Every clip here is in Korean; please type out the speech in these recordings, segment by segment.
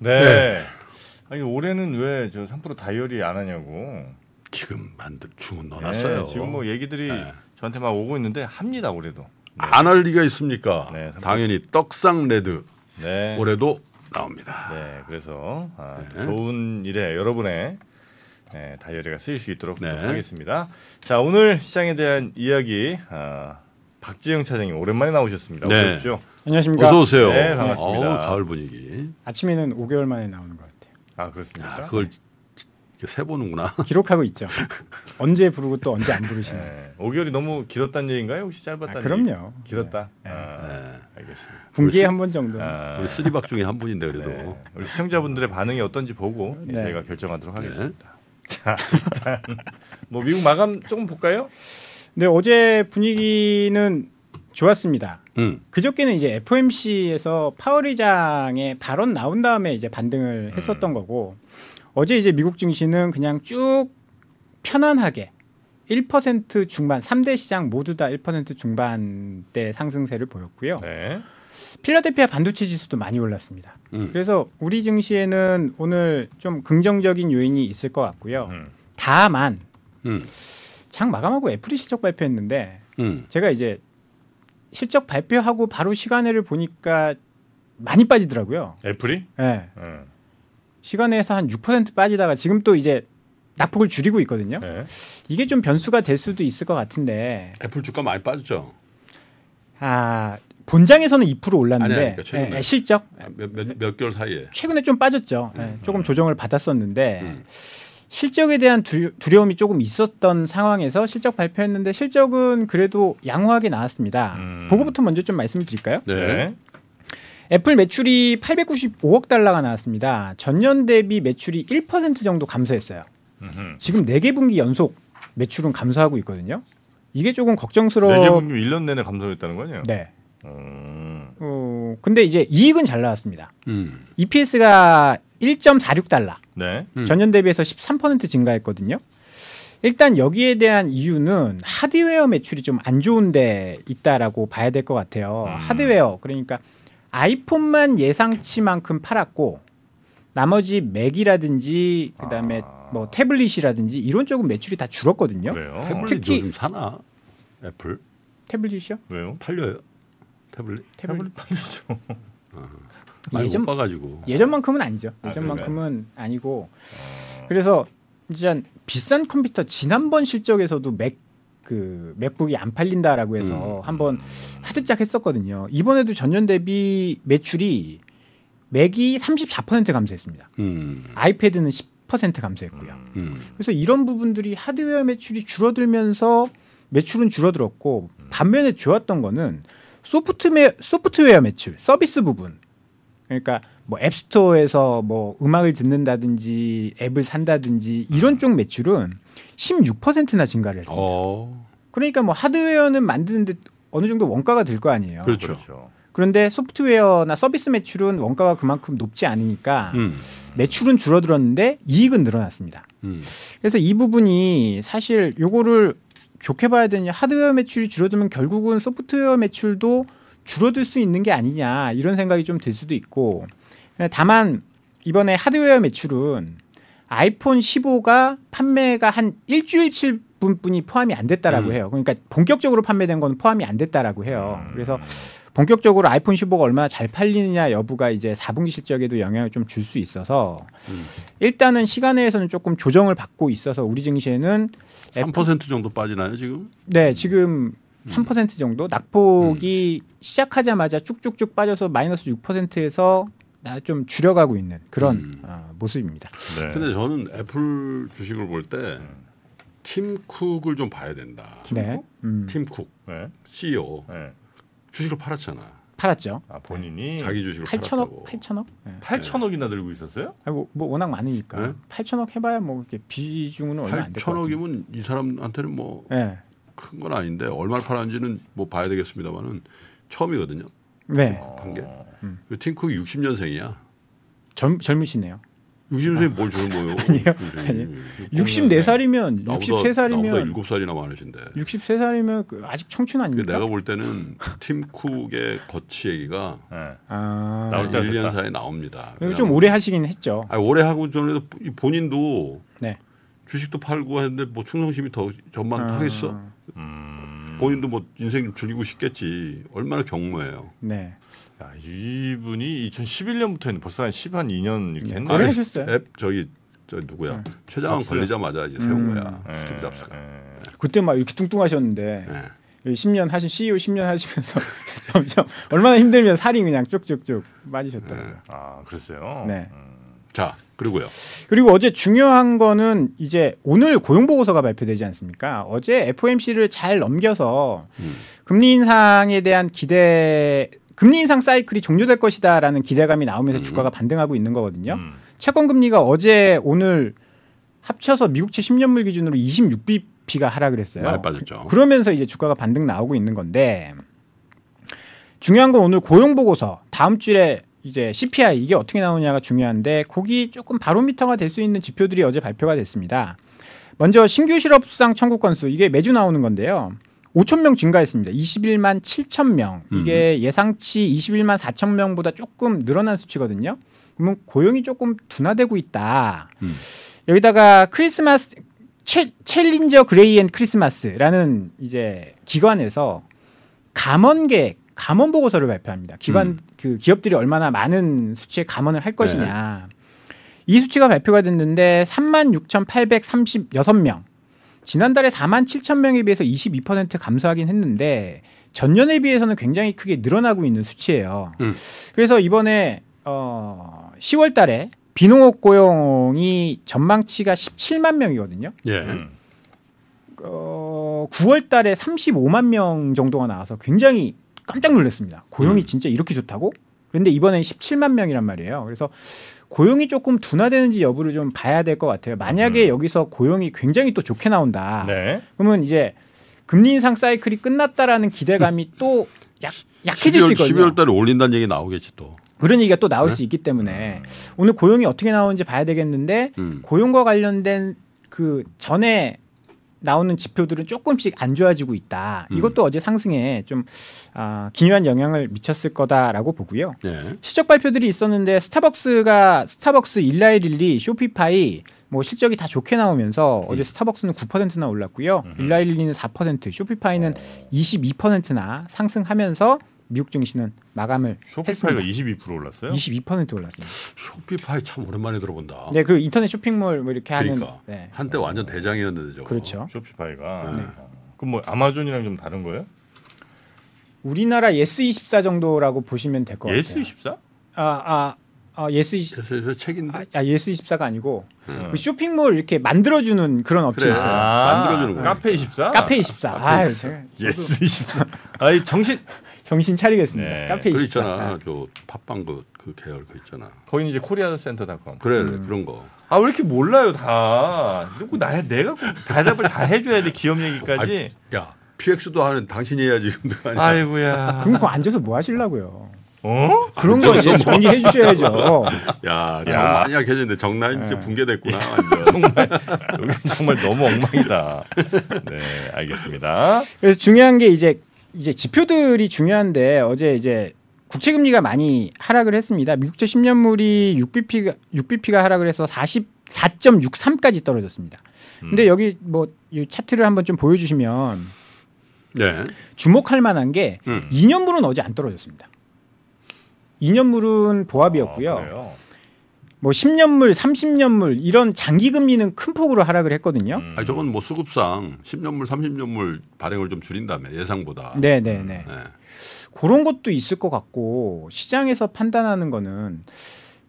네. 네. 아니 올해는 왜 저 3% 다이어리 안 하냐고. 지금 만들 주문 네, 넣어놨어요. 지금 뭐 얘기들이 네. 저한테 막 오고 있는데 합니다 올해도. 안 할 리가 있습니까? 네, 삼성. 당연히 떡상 레드 네. 올해도 나옵니다. 네, 그래서 아, 또 네. 좋은 일에 여러분의 네, 다이어리가 쓰일 수 있도록 네. 하겠습니다. 자, 오늘 시장에 대한 이야기 아, 박지영 차장님 오랜만에 나오셨습니다. 네. 어서 오십시오. 안녕하십니까. 어서 오세요. 네, 반갑습니다. 어우, 가을 분위기. 아침에는 5개월 만에 나오는 것 같아요. 아 그렇습니까? 아, 그걸 이렇게 세 보는구나. 기록하고 있죠. 언제 부르고 또 언제 안 부르시나요? 네. 5개월이 너무 길었다는 얘기인가요? 혹시 짧았다는 아, 그럼요. 얘기? 길었다. 아, 네. 알겠습니다. 그렇죠. 분기에 한 번 정도. 아, 우리 쓰리박 중에 한 분인데 그래도 네. 우리 시청자분들의 반응이 어떤지 보고 네. 저희가 결정하도록 하겠습니다. 자, 일단 뭐 미국 마감 조금 볼까요? 근데 어제 분위기는 좋았습니다. 음, 그저께는 이제 FOMC에서 파월 의장의 발언 나온 다음에 이제 네. 반등을 했었던 거고 어제 이제 미국 증시는 그냥 쭉 편안하게 1% 중반, 3대 시장 모두 다 1% 중반대 상승세를 보였고요. 네. 필라델피아 반도체 지수도 많이 올랐습니다. 음. 그래서 우리 증시에는 오늘 좀 긍정적인 요인이 있을 것 같고요. 음. 다만 음, 장 마감하고 애플이 실적 발표했는데 음. 제가 이제 실적 발표하고 바로 시간회를 보니까 많이 빠지더라고요. 애플이? 예. 음. 시간회에서 한 6% 빠지다가 지금 또 이제 낙폭을 줄이고 있거든요. 네. 이게 좀 변수가 될 수도 있을 것 같은데 애플 주가 많이 빠졌죠. 아 본장에서는 2% 올랐는데 아니, 아니, 그러니까 최근에. 예, 예, 실적 몇 네. 몇 몇 개월 사이에. 최근에 좀 빠졌죠. 음, 예, 조금 조정을 받았었는데 음. 실적에 대한 두, 려움이 조금 있었던 상황에서 실적 발표했는데 실적은 그래도 양호하게 나왔습니다. 음. 보고부터 먼저 좀 말씀을 드릴까요? 네. 애플 매출이 895억 달러가 나왔습니다. 전년 대비 매출이 1% 정도 감소했어요. 음흠. 지금 4개 분기 연속 매출은 감소하고 있거든요. 이게 조금 걱정스러워. 네 개분기 1년 내내 감소했다는 거 아니에요? 네. 음. 어, 근데 이제 이익은 잘 나왔습니다. 음. EPS가 1.46달러. 네. 음. 전년 대비해서 13% 증가했거든요. 일단 여기에 대한 이유는 하드웨어 매출이 좀 안 좋은데 있다라고 봐야 될 것 같아요. 음. 하드웨어 그러니까 아이폰만 예상치만큼 팔았고 나머지 맥이라든지 그다음에 아. 네. 뭐 태블릿이라든지 이런 쪽은 매출이 다 줄었거든요. 왜요? 태블릿 특히- 요즘 사나? 애플 태블릿이요? 왜요? 팔려요? 태블릿 태블릿 팔리죠. 많이 예전- 못 봐가지고. 예전만큼은 아니죠. 아, 예전만큼은 아니고 그래서 이제 비싼 컴퓨터 지난번 실적에서도 맥 그 맥북이 안 팔린다라고 해서 한번 하드짝 했었거든요. 이번에도 전년 대비 매출이 맥이 34% 감소했습니다. 음. 아이패드는 10% 감소했고요. 음. 그래서 이런 부분들이 하드웨어 매출이 줄어들면서 매출은 줄어들었고 반면에 좋았던 거는 소프트웨어, 소프트웨어 매출, 서비스 부분. 그러니까 뭐 앱스토어에서 뭐 음악을 듣는다든지 앱을 산다든지 이런 쪽 매출은 16%나 증가를 했습니다. 어. 그러니까 뭐 하드웨어는 만드는데 어느 정도 원가가 들 거 아니에요. 그렇죠. 그렇죠. 그런데 소프트웨어나 서비스 매출은 원가가 그만큼 높지 않으니까 음. 매출은 줄어들었는데 이익은 늘어났습니다. 음. 그래서 이 부분이 사실 요거를 좋게 봐야 되냐 하드웨어 매출이 줄어들면 결국은 소프트웨어 매출도 줄어들 수 있는 게 아니냐 이런 생각이 좀 들 수도 있고 다만 이번에 하드웨어 매출은 아이폰 15가 판매가 한 일주일치 분뿐이 포함이 안 됐다라고 음. 해요. 그러니까 본격적으로 판매된 건 포함이 안 됐다라고 해요. 음. 그래서 본격적으로 아이폰 15가 얼마나 잘 팔리느냐 여부가 이제 4분기 실적에도 영향을 좀 줄 수 있어서 음. 일단은 시간에서는 조금 조정을 받고 있어서 우리 증시에는 3% 정도 빠지나요 지금? 네 지금 음. 3% 정도 낙폭이 시작하자마자 쭉쭉쭉 빠져서 마이너스 6%에서 좀 줄여가고 있는 그런 음. 어, 모습입니다. 네. 근데 저는 애플 주식을 볼 때 팀 쿡을 좀 봐야 된다. 네, 음, 팀쿡 네. CEO 네. 주식을 팔았잖아. 팔았죠. 아 본인이 네. 자기 주식을 8천억, 팔았다고. 8천억. 네. 8천억이나 들고 있었어요? 아니, 뭐, 뭐 워낙 많으니까 네? 8천억 해봐야 뭐 이렇게 비중은 얼마 안될것 천억 같아요. 이면이 사람한테는 뭐 큰 건 네, 아닌데 얼마를 팔았는지는 뭐 봐야 되겠습니다만은 처음이거든요. 그 네, 어. 어. 한 게. 팀쿡이 60년생이야. 젊 젊으시네요. 유심 선생님 뭘 음, 젊어요? 아. 아니에요. 아니요. 64살이면 63살이면 네. 7살이나 많으신데. 63살이면 그 아직 청춘 그러니까 아닙니까? 내가 볼 때는 팀 쿡의 거치 얘기가 예. 아, 나올 때가 네, 1년 됐다. 사이에 나옵니다. 이거 좀 오래 하시긴 했죠. 아 오래 하고 전에도 본인도 네. 주식도 팔고 했는데 뭐 충성심이 더 전만 아, 하겠어? 음. 본인도 뭐 인생 좀 즐기고 싶겠지. 얼마나 경무해요. 네. 야, 이분이 2011년부터 했는데 벌써 한 10, 한 2년 이렇게 아, 했나? 오래 하셨어요. 앱 저기 저 누구야? 네. 최장원 잡스. 걸리자마자 이제 세운 음. 거야. 네. 스티브 잡스가. 그때 막 이렇게 뚱뚱하셨는데 네. 10년 하신 CEO 10년 하시면서 점점 얼마나 힘들면 살이 그냥 쭉쭉쭉 빠지셨더라고요. 네. 아, 그랬어요. 네. 음. 자 그리고요. 그리고 어제 중요한 거는 이제 오늘 고용 보고서가 발표되지 않습니까? 어제 FOMC를 잘 넘겨서 음. 금리 인상에 대한 기대 금리 인상 사이클이 종료될 것이다라는 기대감이 나오면서 음. 주가가 반등하고 있는 거거든요. 음. 채권 금리가 어제 오늘 합쳐서 미국채 10년물 기준으로 26bp가 하락을 했어요. 많이 빠졌죠. 네. 그러면서 이제 주가가 반등 나오고 있는 건데 중요한 건 오늘 고용 보고서 다음 주에 이제 CPI 이게 어떻게 나오냐가 중요한데 거기 조금 바로미터가 될 수 있는 지표들이 어제 발표가 됐습니다. 먼저 신규 실업수당 청구 건수 이게 매주 나오는 건데요. 5천 명 증가했습니다. 21만 7천 명 이게 예상치 21만 4천 명보다 조금 늘어난 수치거든요. 그러면 고용이 조금 둔화되고 있다. 음. 여기다가 크리스마스 챌- 챌린저 그레이 앤 크리스마스라는 이제 기관에서 감원 계획, 감원 보고서를 발표합니다. 기관 음. 그 기업들이 얼마나 많은 수치의 감원을 할 것이냐. 네. 이 수치가 발표가 됐는데 36,836명. 지난달에 47,000명에 비해서 22% 감소하긴 했는데 전년에 비해서는 굉장히 크게 늘어나고 있는 수치예요. 음. 그래서 이번에 어 10월 달에 비농업 고용이 전망치가 17만 명이거든요. 예. 음. 어, 9월 달에 35만 명 정도가 나와서 굉장히 깜짝 놀랐습니다. 고용이 음. 진짜 이렇게 좋다고? 그런데 이번엔 17만 명이란 말이에요. 그래서 고용이 조금 둔화되는지 여부를 좀 봐야 될 것 같아요. 만약에 음. 여기서 고용이 굉장히 또 좋게 나온다. 네. 그러면 이제 금리 인상 사이클이 끝났다라는 기대감이 또 약, 약해질 12월, 수 있거든요. 12월 네. 달에 올린다는 얘기 나오겠지 또. 그런 얘기가 또 나올 수 있기 때문에 오늘 고용이 어떻게 나오는지 봐야 되겠는데 음. 고용과 관련된 그 전에 나오는 지표들은 조금씩 안 좋아지고 있다. 음. 이것도 어제 상승에 좀 아, 기묘한 영향을 미쳤을 거다라고 보고요. 예. 실적 발표들이 있었는데 스타벅스가 스타벅스 일라이릴리 쇼피파이 뭐 실적이 다 좋게 나오면서 어제 음. 스타벅스는 9%나 올랐고요. 음흠. 일라이릴리는 4%, 쇼피파이는 22%나 상승하면서 미국 증시는 마감을 쇼피파이가 22% 올랐어요? 22% 올랐습니다. 쇼피파이 참 오랜만에 들어본다. 네, 그 인터넷 쇼핑몰 뭐 이렇게 하는 아. 그러니까. 네. 한때 완전 대장이었는데 저거. 그렇죠. 쇼피파이가. 네. 어. 그럼 뭐 아마존이랑 좀 다른 거예요? 우리나라 예스24 정도라고 보시면 될 것 같아요. 예스 24? 아, 아, 아 예스24 그래서 그래서 책인데. 아, 예스24가 아니고 네. 음. 그 쇼핑몰 이렇게 만들어 주는 그런 업체 그래. 있어요. 만들어주는 거예요. 아, 카페 24? 카페 24. 아, 제가 예스 24. 아이 정신 정신 차리겠습니다. 네. 카페 24. 그 있잖아. 저 팟빵 그, 그 계열 그 있잖아. 거기는 이제 코리아센터닷컴. 그래 그런 거. 아 왜 이렇게 몰라요 다. 누구 나 내가 대답을 다 해줘야 돼 기업 얘기까지. 아, 야 PX도 하는 당신이 해야지 힘들 아니야. 아이고야. 그럼 그거 앉아서 뭐 하시려고요? 어? 그런 거 이제 정리해 주셔야죠. 야, 정 야. 많이 약해졌는데 정난 이제 예. 붕괴됐구나. 완전. 정말 여기 정말 너무 엉망이다. 네 알겠습니다. 그래서 중요한 게 이제 이제 지표들이 중요한데 어제 이제 국채 금리가 많이 하락을 했습니다. 미국채 10년물이 6bp가 6bp가 하락을 해서 44.63까지 떨어졌습니다. 근데 여기 뭐 이 차트를 한번 좀 보여 주시면 예. 주목할 만한 게 음. 2년물은 어제 안 떨어졌습니다. 2년물은 아, 어, 보합이었고요. 뭐 10년물, 30년물 이런 장기 금리는 큰 폭으로 하락을 했거든요. 음. 아 저건 뭐 수급상 10년물 30년물 발행을 좀 줄인다며 예상보다. 네, 네, 네. 예. 그런 것도 있을 것 같고 시장에서 판단하는 거는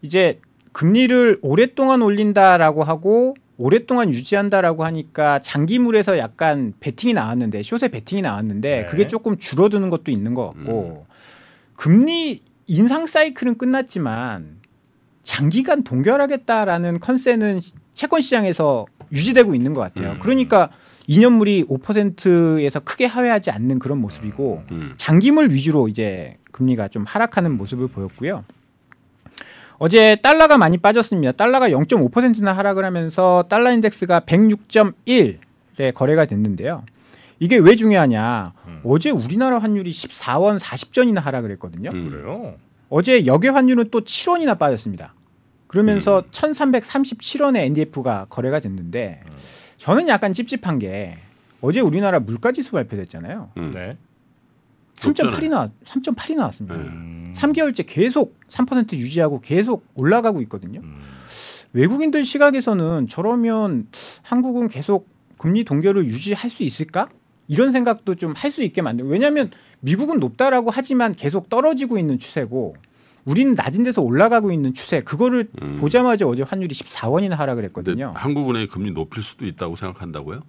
이제 금리를 오랫동안 올린다라고 하고 오랫동안 유지한다라고 하니까 장기물에서 약간 베팅이 나왔는데 숏에 베팅이 나왔는데 네. 그게 조금 줄어드는 것도 있는 것 같고 금리 인상 사이클은 끝났지만 장기간 동결하겠다라는 컨셉은 시- 채권 시장에서 유지되고 있는 것 같아요. 음. 그러니까 2년물이 5%에서 크게 하회하지 않는 그런 모습이고 음. 장기물 위주로 이제 금리가 좀 하락하는 모습을 보였고요. 어제 달러가 많이 빠졌습니다. 달러가 0.5%나 하락을 하면서 달러 인덱스가 106.1에 거래가 됐는데요. 이게 왜 중요하냐? 음. 어제 우리나라 환율이 14원 40전이나 하락을 했거든요. 음. 그래요? 어제 역외 환율은 또 7원이나 빠졌습니다. 그러면서 음. 1,337원에 NDF가 거래가 됐는데 음. 저는 약간 찝찝한 게 어제 우리나라 물가 지수 발표됐잖아요. 음. 네. 높잖아요. 3.8이 나 3.8이 나왔습니다. 네. 음. 3개월째 계속 3% 유지하고 계속 올라가고 있거든요. 음. 외국인들 시각에서는 저러면 한국은 계속 금리 동결을 유지할 수 있을까? 이런 생각도 좀 할 수 있게 만들고 왜냐하면 미국은 높다라고 하지만 계속 떨어지고 있는 추세고 우리는 낮은 데서 올라가고 있는 추세 그거를 음. 네. 보자마자 어제 환율이 14원이나 하락을 근데 했거든요. 한국은행 금리 높일 수도 있다고 생각한다고요?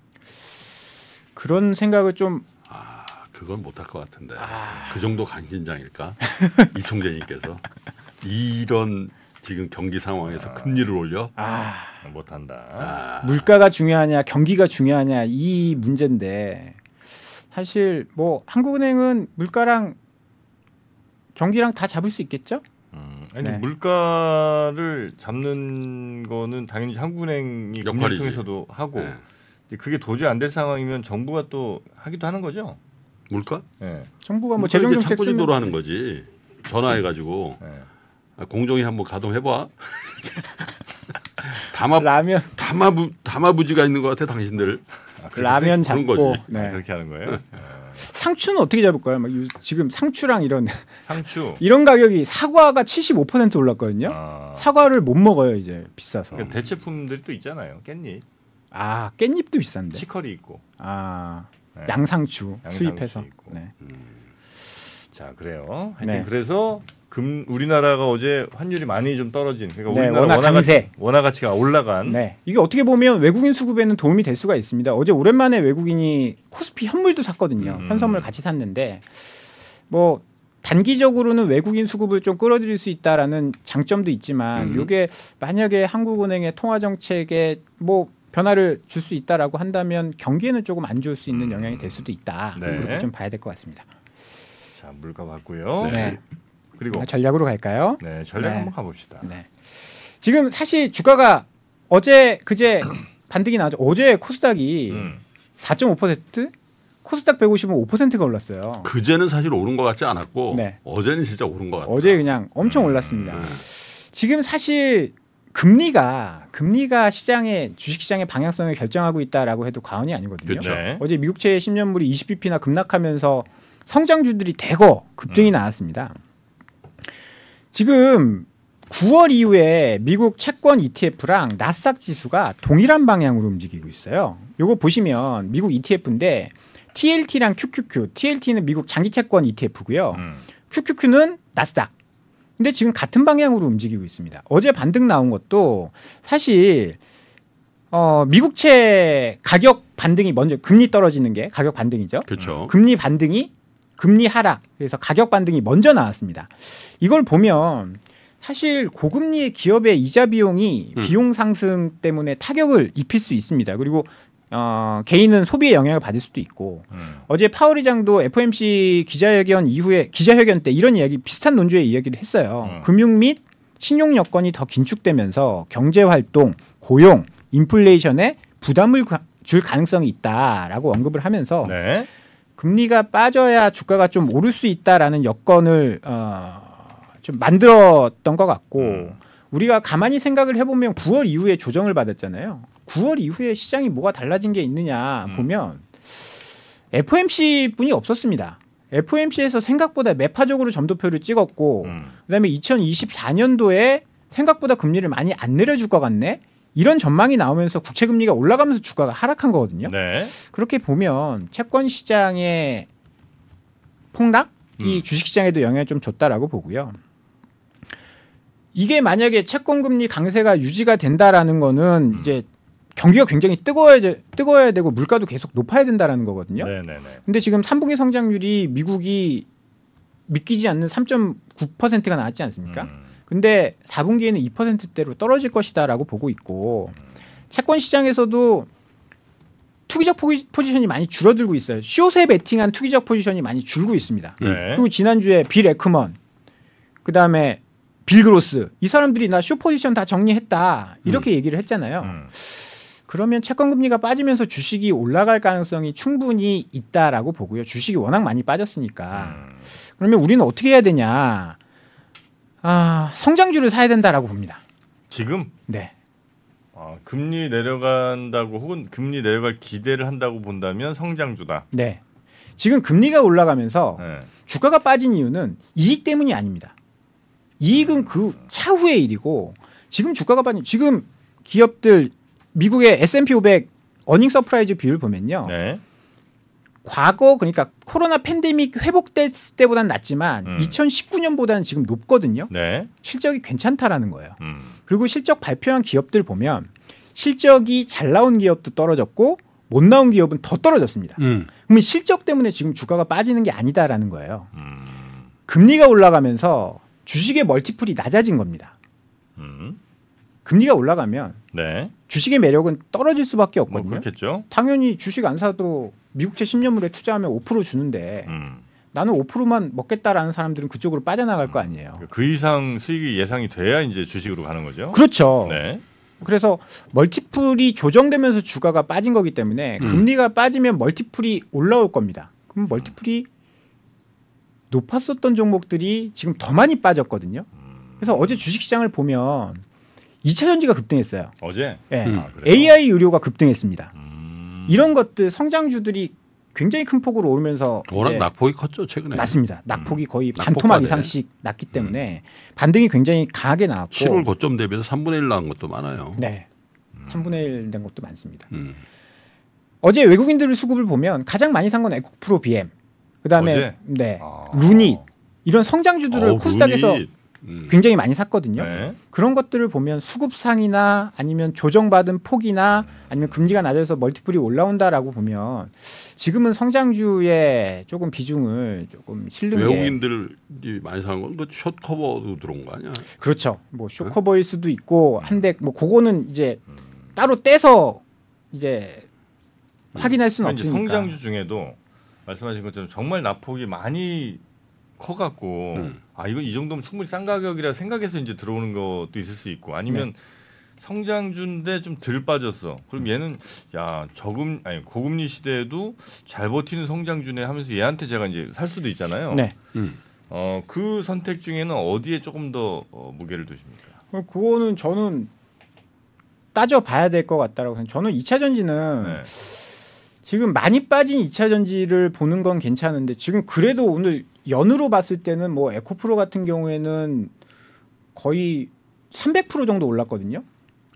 그런 생각을 좀 아, 그건 못할 것 같은데. 그 정도 간신장일까? 이 총재님께서 이런 지금 경기 상황에서 금리를 올려? 아, 못한다. 아, 물가가 중요하냐 경기가 중요하냐 이 문제인데 사실 뭐 한국은행은 물가랑 경기랑 다 잡을 수 있겠죠? 음. 아니 네. 물가를 잡는 거는 당연히 한국은행이 금리를 역할이지. 통해서도 하고 네. 이제 그게 도저히 안 될 상황이면 정부가 또 하기도 하는 거죠. 물가? 예. 정부가 뭐 물가 재정 그러니까 이제 정책 쓰면 착고진도로 하는 거지. 전화해가지고 예. 아, 공정위 한번 가동해봐. 담합 라면 담화부 담화부지가 있는 것 같아 당신들. 라면 그런 잡고 거지. 아, 네. 그렇게 하는 거예요. 상추는 어떻게 잡을까요? 막 요- 지금 상추랑 이런 상추. 이런 가격이 사과가 75% 올랐거든요. 음. 아. 사과를 못 먹어요 이제 비싸서. 그러니까 대체품들이 또 있잖아요. 깻잎, 아 깻잎도 비싼데. 치커리 있고. 아 네. 양상추 양상추 수입해서. 있고. 네. 자 그래요. 하여튼 네. 그래서 금 우리나라가 어제 환율이 많이 좀 떨어진. 그러니까 네, 우리나라 원화 원화 가치 강세. 원화 가치가 올라간. 네. 이게 어떻게 보면 외국인 수급에는 도움이 될 수가 있습니다. 어제 오랜만에 외국인이 코스피 현물도 샀거든요. 음. 현선물 같이 샀는데 뭐 단기적으로는 외국인 수급을 좀 끌어들일 수 있다라는 장점도 있지만 음. 이게 만약에 한국은행의 통화 정책에 뭐 변화를 줄 수 있다라고 한다면 경기에는 조금 안 좋을 수 있는 음. 영향이 될 수도 있다. 네. 그렇게 좀 봐야 될 것 같습니다. 자 물가 봤고요. 네. 그리고 전략으로 갈까요? 네 전략 네. 한번 가봅시다. 네. 지금 사실 주가가 어제 그제 반등이 나왔죠. 어제 코스닥이 음. 4.5% 코스닥 150은 5%가 올랐어요. 그제는 사실 오른 것 같지 않았고 네. 어제는 진짜 오른 것 음, 같아. 어제 그냥 엄청 올랐습니다. 지금 사실 금리가 금리가 시장의 주식 시장의 방향성을 결정하고 있다라고 해도 과언이 아니거든요. 그렇죠. 네. 어제 미국채 10년물이 20bp나 급락하면서 성장주들이 대거 음. 급등이 나왔습니다. 지금 9월 이후에 미국 채권 ETF랑 나스닥 지수가 동일한 방향으로 움직이고 있어요. 요거 보시면 미국 ETF인데 TLT랑 QQQ, TLT는 미국 장기 채권 ETF고요. 음. QQQ는 나스닥. 근데 지금 같은 방향으로 움직이고 있습니다. 어제 반등 나온 것도 사실 어, 미국채 가격 반등이 먼저 금리 떨어지는 게 가격 반등이죠. 그렇죠. 금리 반등이 금리 하락 그래서 가격 반등이 먼저 나왔습니다. 이걸 보면 사실 고금리의 기업의 이자 비용이 음. 비용 상승 때문에 타격을 입힐 수 있습니다. 그리고 어, 개인은 소비에 영향을 받을 수도 있고 음. 어제 파월 의장도 FOMC 기자회견 이후에 기자회견 때 이런 이야기 비슷한 논조의 이야기를 했어요. 음. 금융 및 신용 여건이 더 긴축되면서 경제 활동, 고용, 인플레이션에 부담을 가- 줄 가능성이 있다라고 언급을 하면서 네. 금리가 빠져야 주가가 좀 오를 수 있다라는 여건을 어, 좀 만들었던 것 같고 음. 우리가 가만히 생각을 해보면 9월 이후에 조정을 받았잖아요. 9월 이후에 시장이 뭐가 달라진 게 있느냐 음. 보면 FOMC 뿐이 없었습니다. FOMC에서 생각보다 매파적으로 점도표를 찍었고 음. 그다음에 2024년도에 생각보다 금리를 많이 안 내려줄 것 같네. 이런 전망이 나오면서 국채 금리가 올라가면서 주가가 하락한 거거든요. 네. 그렇게 보면 채권 시장의 폭락이 음. 주식 시장에도 영향을 좀 줬다라고 보고요. 이게 만약에 채권 금리 강세가 유지가 된다라는 거는 음. 이제 경기가 굉장히 뜨거워야 되- 뜨거워야 되고 물가도 계속 높아야 된다라는 거거든요. 네. 네. 네. 근데 지금 3분기 성장률이 미국이 믿기지 않는 3.9%가 나왔지 않습니까? 음. 근데 4분기에는 2%대로 떨어질 것이다라고 보고 있고 채권 시장에서도 투기적 포기- 포지션이 많이 줄어들고 있어요. 쇼세 베팅한 그 투기적 포지션이 많이 줄고 있습니다. 네. 그리고 지난주에 빌 에크먼 그다음에 빌그로스 이 사람들이 나 숏포지션 다 정리했다 이렇게 얘기를 했잖아요. 음. 그러면 채권 금리가 빠지면서 주식이 올라갈 가능성이 충분히 있다라고 보고요. 주식이 워낙 많이 빠졌으니까. 음. 그러면 우리는 어떻게 해야 되냐? 아, 성장주를 사야 된다라고 봅니다. 지금 네. 아, 금리 내려간다고 혹은 금리 내려갈 기대를 한다고 본다면 성장주다. 네. 지금 금리가 올라가면서 네. 주가가 빠진 이유는 이익 때문이 아닙니다. 이익은 그 차후의 일이고 지금 주가가 빠진 지금 기업들 미국의 S&P 500 어닝 서프라이즈 비율 보면요. 네. 과거 그러니까 코로나 팬데믹 회복됐을 때보다는 낮지만 음. 2019년보다는 지금 높거든요. 네. 실적이 괜찮다라는 거예요. 음. 그리고 실적 발표한 기업들 보면 실적이 잘 나온 기업도 떨어졌고 못 나온 기업은 더 떨어졌습니다. 음. 그러면 실적 때문에 지금 주가가 빠지는 게 아니다라는 거예요. 음. 금리가 올라가면서 주식의 멀티플이 낮아진 겁니다. 음. 금리가 올라가면 네. 주식의 매력은 떨어질 수밖에 뭐 없거든요. 그렇겠죠. 당연히 주식 안 사도 미국채 10년물에 투자하면 5% 주는데 음. 나는 5%만 먹겠다라는 사람들은 그쪽으로 빠져나갈 거 아니에요. 그 이상 수익이 예상이 돼야 이제 주식으로 가는 거죠. 그렇죠. 네. 그래서 멀티플이 조정되면서 주가가 빠진 거기 때문에 음. 금리가 빠지면 멀티플이 올라올 겁니다. 그럼 멀티플이 높았었던 종목들이 지금 더 많이 빠졌거든요. 그래서 어제 주식시장을 보면 2차 전지가 급등했어요. 어제. 예. 음. 아, 그래요? AI 유료가 급등했습니다. 음. 이런 것들 성장주들이 굉장히 큰 폭으로 오르면서 워낙 이제 낙폭이 컸죠 최근에. 네. 맞습니다. 낙폭이 거의 낙폭과대. 음. 반토막 이상씩 났기 때문에 반등이 굉장히 강하게 나왔고 7월 고점 대비해서 3분의 1 나온 것도 많아요. 네. 3분의 1 된 것도 많습니다. 음. 어제 외국인들 수급을 보면 가장 많이 산 건 에코프로 BM. 그다음에 어제? 네. 아. 루닛 이런 성장주들을 어우, 코스닥에서 눈이, 음. 굉장히 많이 샀거든요. 네. 그런 것들을 보면 수급상이나 아니면 조정받은 폭이나 아니면 금리가 낮아서 멀티플이 올라온다라고 보면 지금은 성장주의 조금 비중을 조금 실는 게 외국인들이 많이 사는 건그숏 커버도 들어온 거 아니야? 그렇죠. 뭐 네. 쇼커버일 수도 음. 있고 한데 뭐 그거는 이제 따로 떼서 이제 확인할 수는 그러니까 이제 없으니까. 성장주 중에도 말씀하신 것처럼 정말 낙폭이 많이 커갖고 음. 아 이건 이 정도면 충분히 싼 가격이라 생각해서 이제 들어오는 것도 있을 수 있고 아니면 네. 성장주인데 좀 덜 빠졌어. 음. 그럼 얘는 야 저금 아니 고금리 시대에도 잘 버티는 성장주네 하면서 얘한테 제가 이제 살 수도 있잖아요. 네. 음. 어그 선택 중에는 어디에 조금 더 어, 무게를 두십니까? 어, 그거는 저는 따져봐야 될 것 같다라고 생각. 저는 2차 전지는 네. 지금 많이 빠진 2차 전지를 보는 건 괜찮은데 지금 그래도 오늘 연으로 봤을 때는 뭐 에코프로 같은 경우에는 거의 300% 정도 올랐거든요.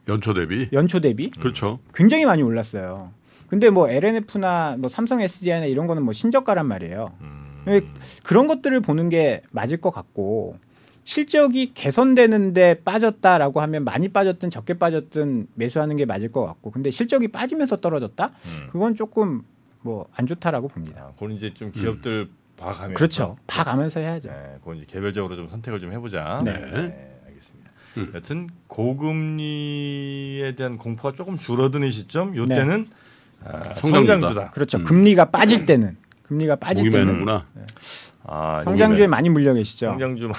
연초 대비. 연초 대비 그렇죠. 굉장히 많이 올랐어요. 근데 뭐 LNF나 뭐 삼성 SDI나 이런 거는 뭐 신저가란 말이에요. 음, 왜- 그런 것들을 보는 게 맞을 것 같고 실적이 개선되는데 빠졌다라고 하면 많이 빠졌든 적게 빠졌든 매수하는 게 맞을 것 같고 근데 실적이 빠지면서 떨어졌다 음. 그건 조금 뭐 안 좋다라고 봅니다. 아, 그건 이제 좀 기업들 봐가면서 음. 그렇죠. 봐가면서 해야죠. 네, 그건 이제 개별적으로 좀 선택을 좀 해보자. 예. 네. 알겠습니다. 음. 여튼 고금리에 대한 공포가 조금 줄어드는 시점, 요 네. 때는 아, 성장주다. 성장주다. 그렇죠. 음. 금리가 빠질 때는 금리가 빠질 목이 때는 매는구나. 아, 성장주에 많이 물려 계시죠. 성장주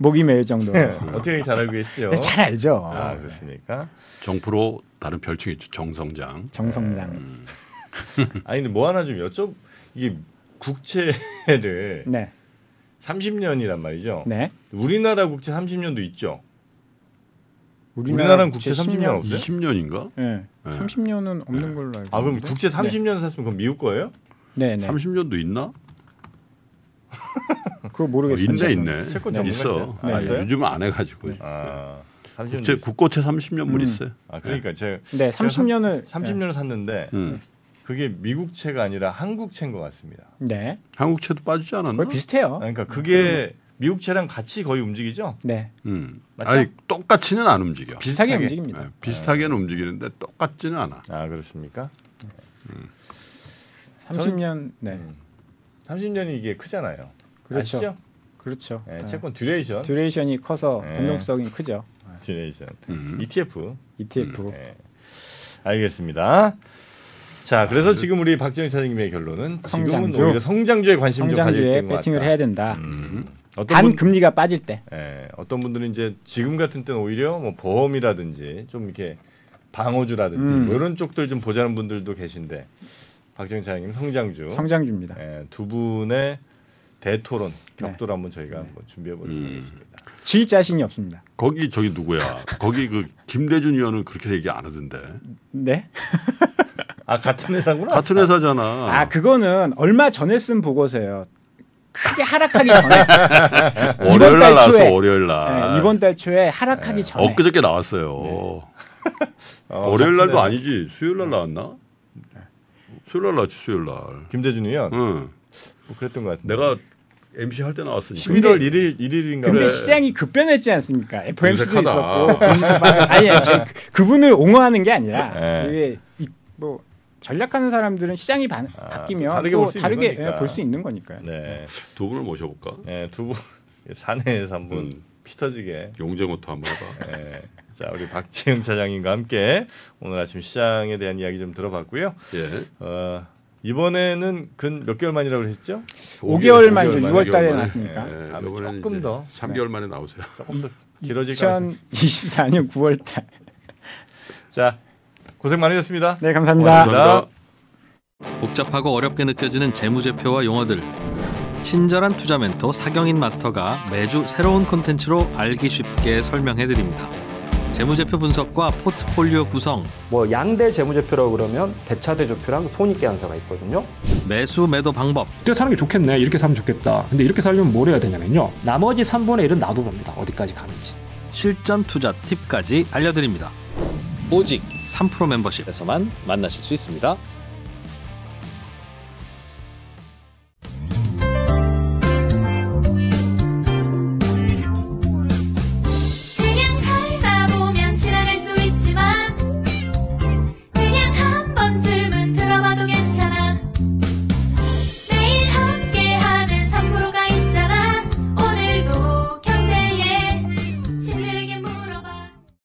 목이 매일 음. 정도. 네, 어떻게 잘 알고 계시죠? 잘 알죠. 아, 그렇습니까? 정프로 다른 별칭이 있죠. 정성장. 정성장. 아니 근데 뭐 하나 좀 여쭤 이게 국채를 네. 30년이란 말이죠. 네. 우리나라 국채 30년도 있죠. 우리나라는 국채 30년 없어요? 20년인가? 네. 네. 30년은 없는 걸로 알고. 아 그럼 있는데. 국채 30년 샀으면 그건 미국 거예요? 네, 네. 30년도 있나? 그거 어, 모르겠어요. 있네 있네. 채권 네, 전문가세요? 있어. 아, 있어요? 요즘은 안 해가지고. 아, 30년. 국제 국고채 30년물 음. 있어요. 아 그러니까 제가 네, 30년을 30년을 샀는데 음. 그게 미국 채가 아니라 한국 채인 것 같습니다. 네. 한국채도 빠지지 않았나? 거의 비슷해요. 그러니까 그게 미국 채랑 같이 거의 움직이죠. 네. 음. 맞죠? 아니 똑같이는 안 움직여. 비슷하게, 비슷하게. 움직입니다. 네, 비슷하게는 움직이는데 똑같지는 않아. 아 그렇습니까? 30년. 네. 음. 30년이 이게 크잖아요. 그렇죠. 아시죠? 그렇죠. 네, 네. 채권 듀레이션, 듀레이션이 커서 네. 변동성이 크죠. E 듀레이션, 음. ETF. ETF. 네. 알겠습니다. 자, 아, 그래서 지금 우리 박지영 사장님의 결론은 지금은 성장주. 오히려 성장주에 관심 좀 가질 성장주에 때인 것 배팅을 같다. 해야 된다. 음. 어떤 단 분, 금리가 빠질 때. 예, 어떤 분들은 이제 지금 같은 때는 오히려 뭐 보험이라든지 좀 이렇게 방어주라든지 음. 뭐 이런 쪽들 좀 보자는 분들도 계신데 박정희 차장님 성장주 성장주입니다. 네. 예, 두 분의 대토론 격돌 한번 저희가 한번 준비해 보도록 음. 하겠습니다. 질 자신이 없습니다. 거기 저기 누구야? 거기 그 김대준 의원은 그렇게 얘기 안 하던데. 네. 아 같은 회사구나. 같은 회사잖아. 아 그거는 얼마 전에 쓴 보고서예요. 크게 하락하기 전에 월요일 날 그러니까 이번 달 초에. 나왔어. 월요일 날. 네, 이번 달 초에 네. 하락하기 전에 엊그저께 나왔어요. 아, 어, 월요일 같은 날도 회사. 아니지. 수요일 네. 날 나왔나? 수요일 날 나왔지. 수요일 날. 김대준 의원 응. 뭐 그랬던 것 같은데. 음. 내가 MC 할 때 나왔으니까. 11월 1일 1일인가 근데 그래. 시장이 급변했지 않습니까? FMC도 무색하다. 있었고 금리도 빠져- 아니 아니, 저희 그- 그분을 옹호하는 게 아니라 네. 이게 이- 뭐 전략하는 사람들은 시장이 바, 아, 바뀌면 또 다르게 또 볼수 있는 다르게 예, 거니까. 볼 수 있는 거니까요. 네. 두 분을 모셔볼까? 네, 두분 사내에서 한번 음. 피터지게 용쟁어토 한번 해봐. 네. 자 우리 박지영 차장님과 함께 오늘 아침 시장에 대한 이야기 좀 들어봤고요. 예. 어, 이번에는 근 몇 개월 만이라고 그랬죠? 5개월 만이죠. 5개월 6월 달에 만에. 아, 나왔으니까. 예, 다음에 요번에는 조금 이제 더. 3개월 만에 나오세요. 조금 더 길어질 가능성. 2024년 9월 달. 자 고생 많으셨습니다. 네, 감사합니다. 감사합니다. 복잡하고 어렵게 느껴지는 재무제표와 용어들 친절한 투자 멘토 사경인 마스터가 매주 새로운 콘텐츠로 알기 쉽게 설명해 드립니다. 재무제표 분석과 포트폴리오 구성, 뭐 양대 재무제표라고 그러면 대차대조표랑 손익계 한사가 있거든요. 매수 매도 방법, 이렇게 사는 게 좋겠네. 이렇게 사면 좋겠다. 근데 이렇게 살려면 뭘 해야 되냐면요. 나머지 3분의 1은 나도 봅니다. 어디까지 가는지. 실전 투자 팁까지 알려드립니다. 오직 3% 멤버십에서만 만나실 수 있습니다.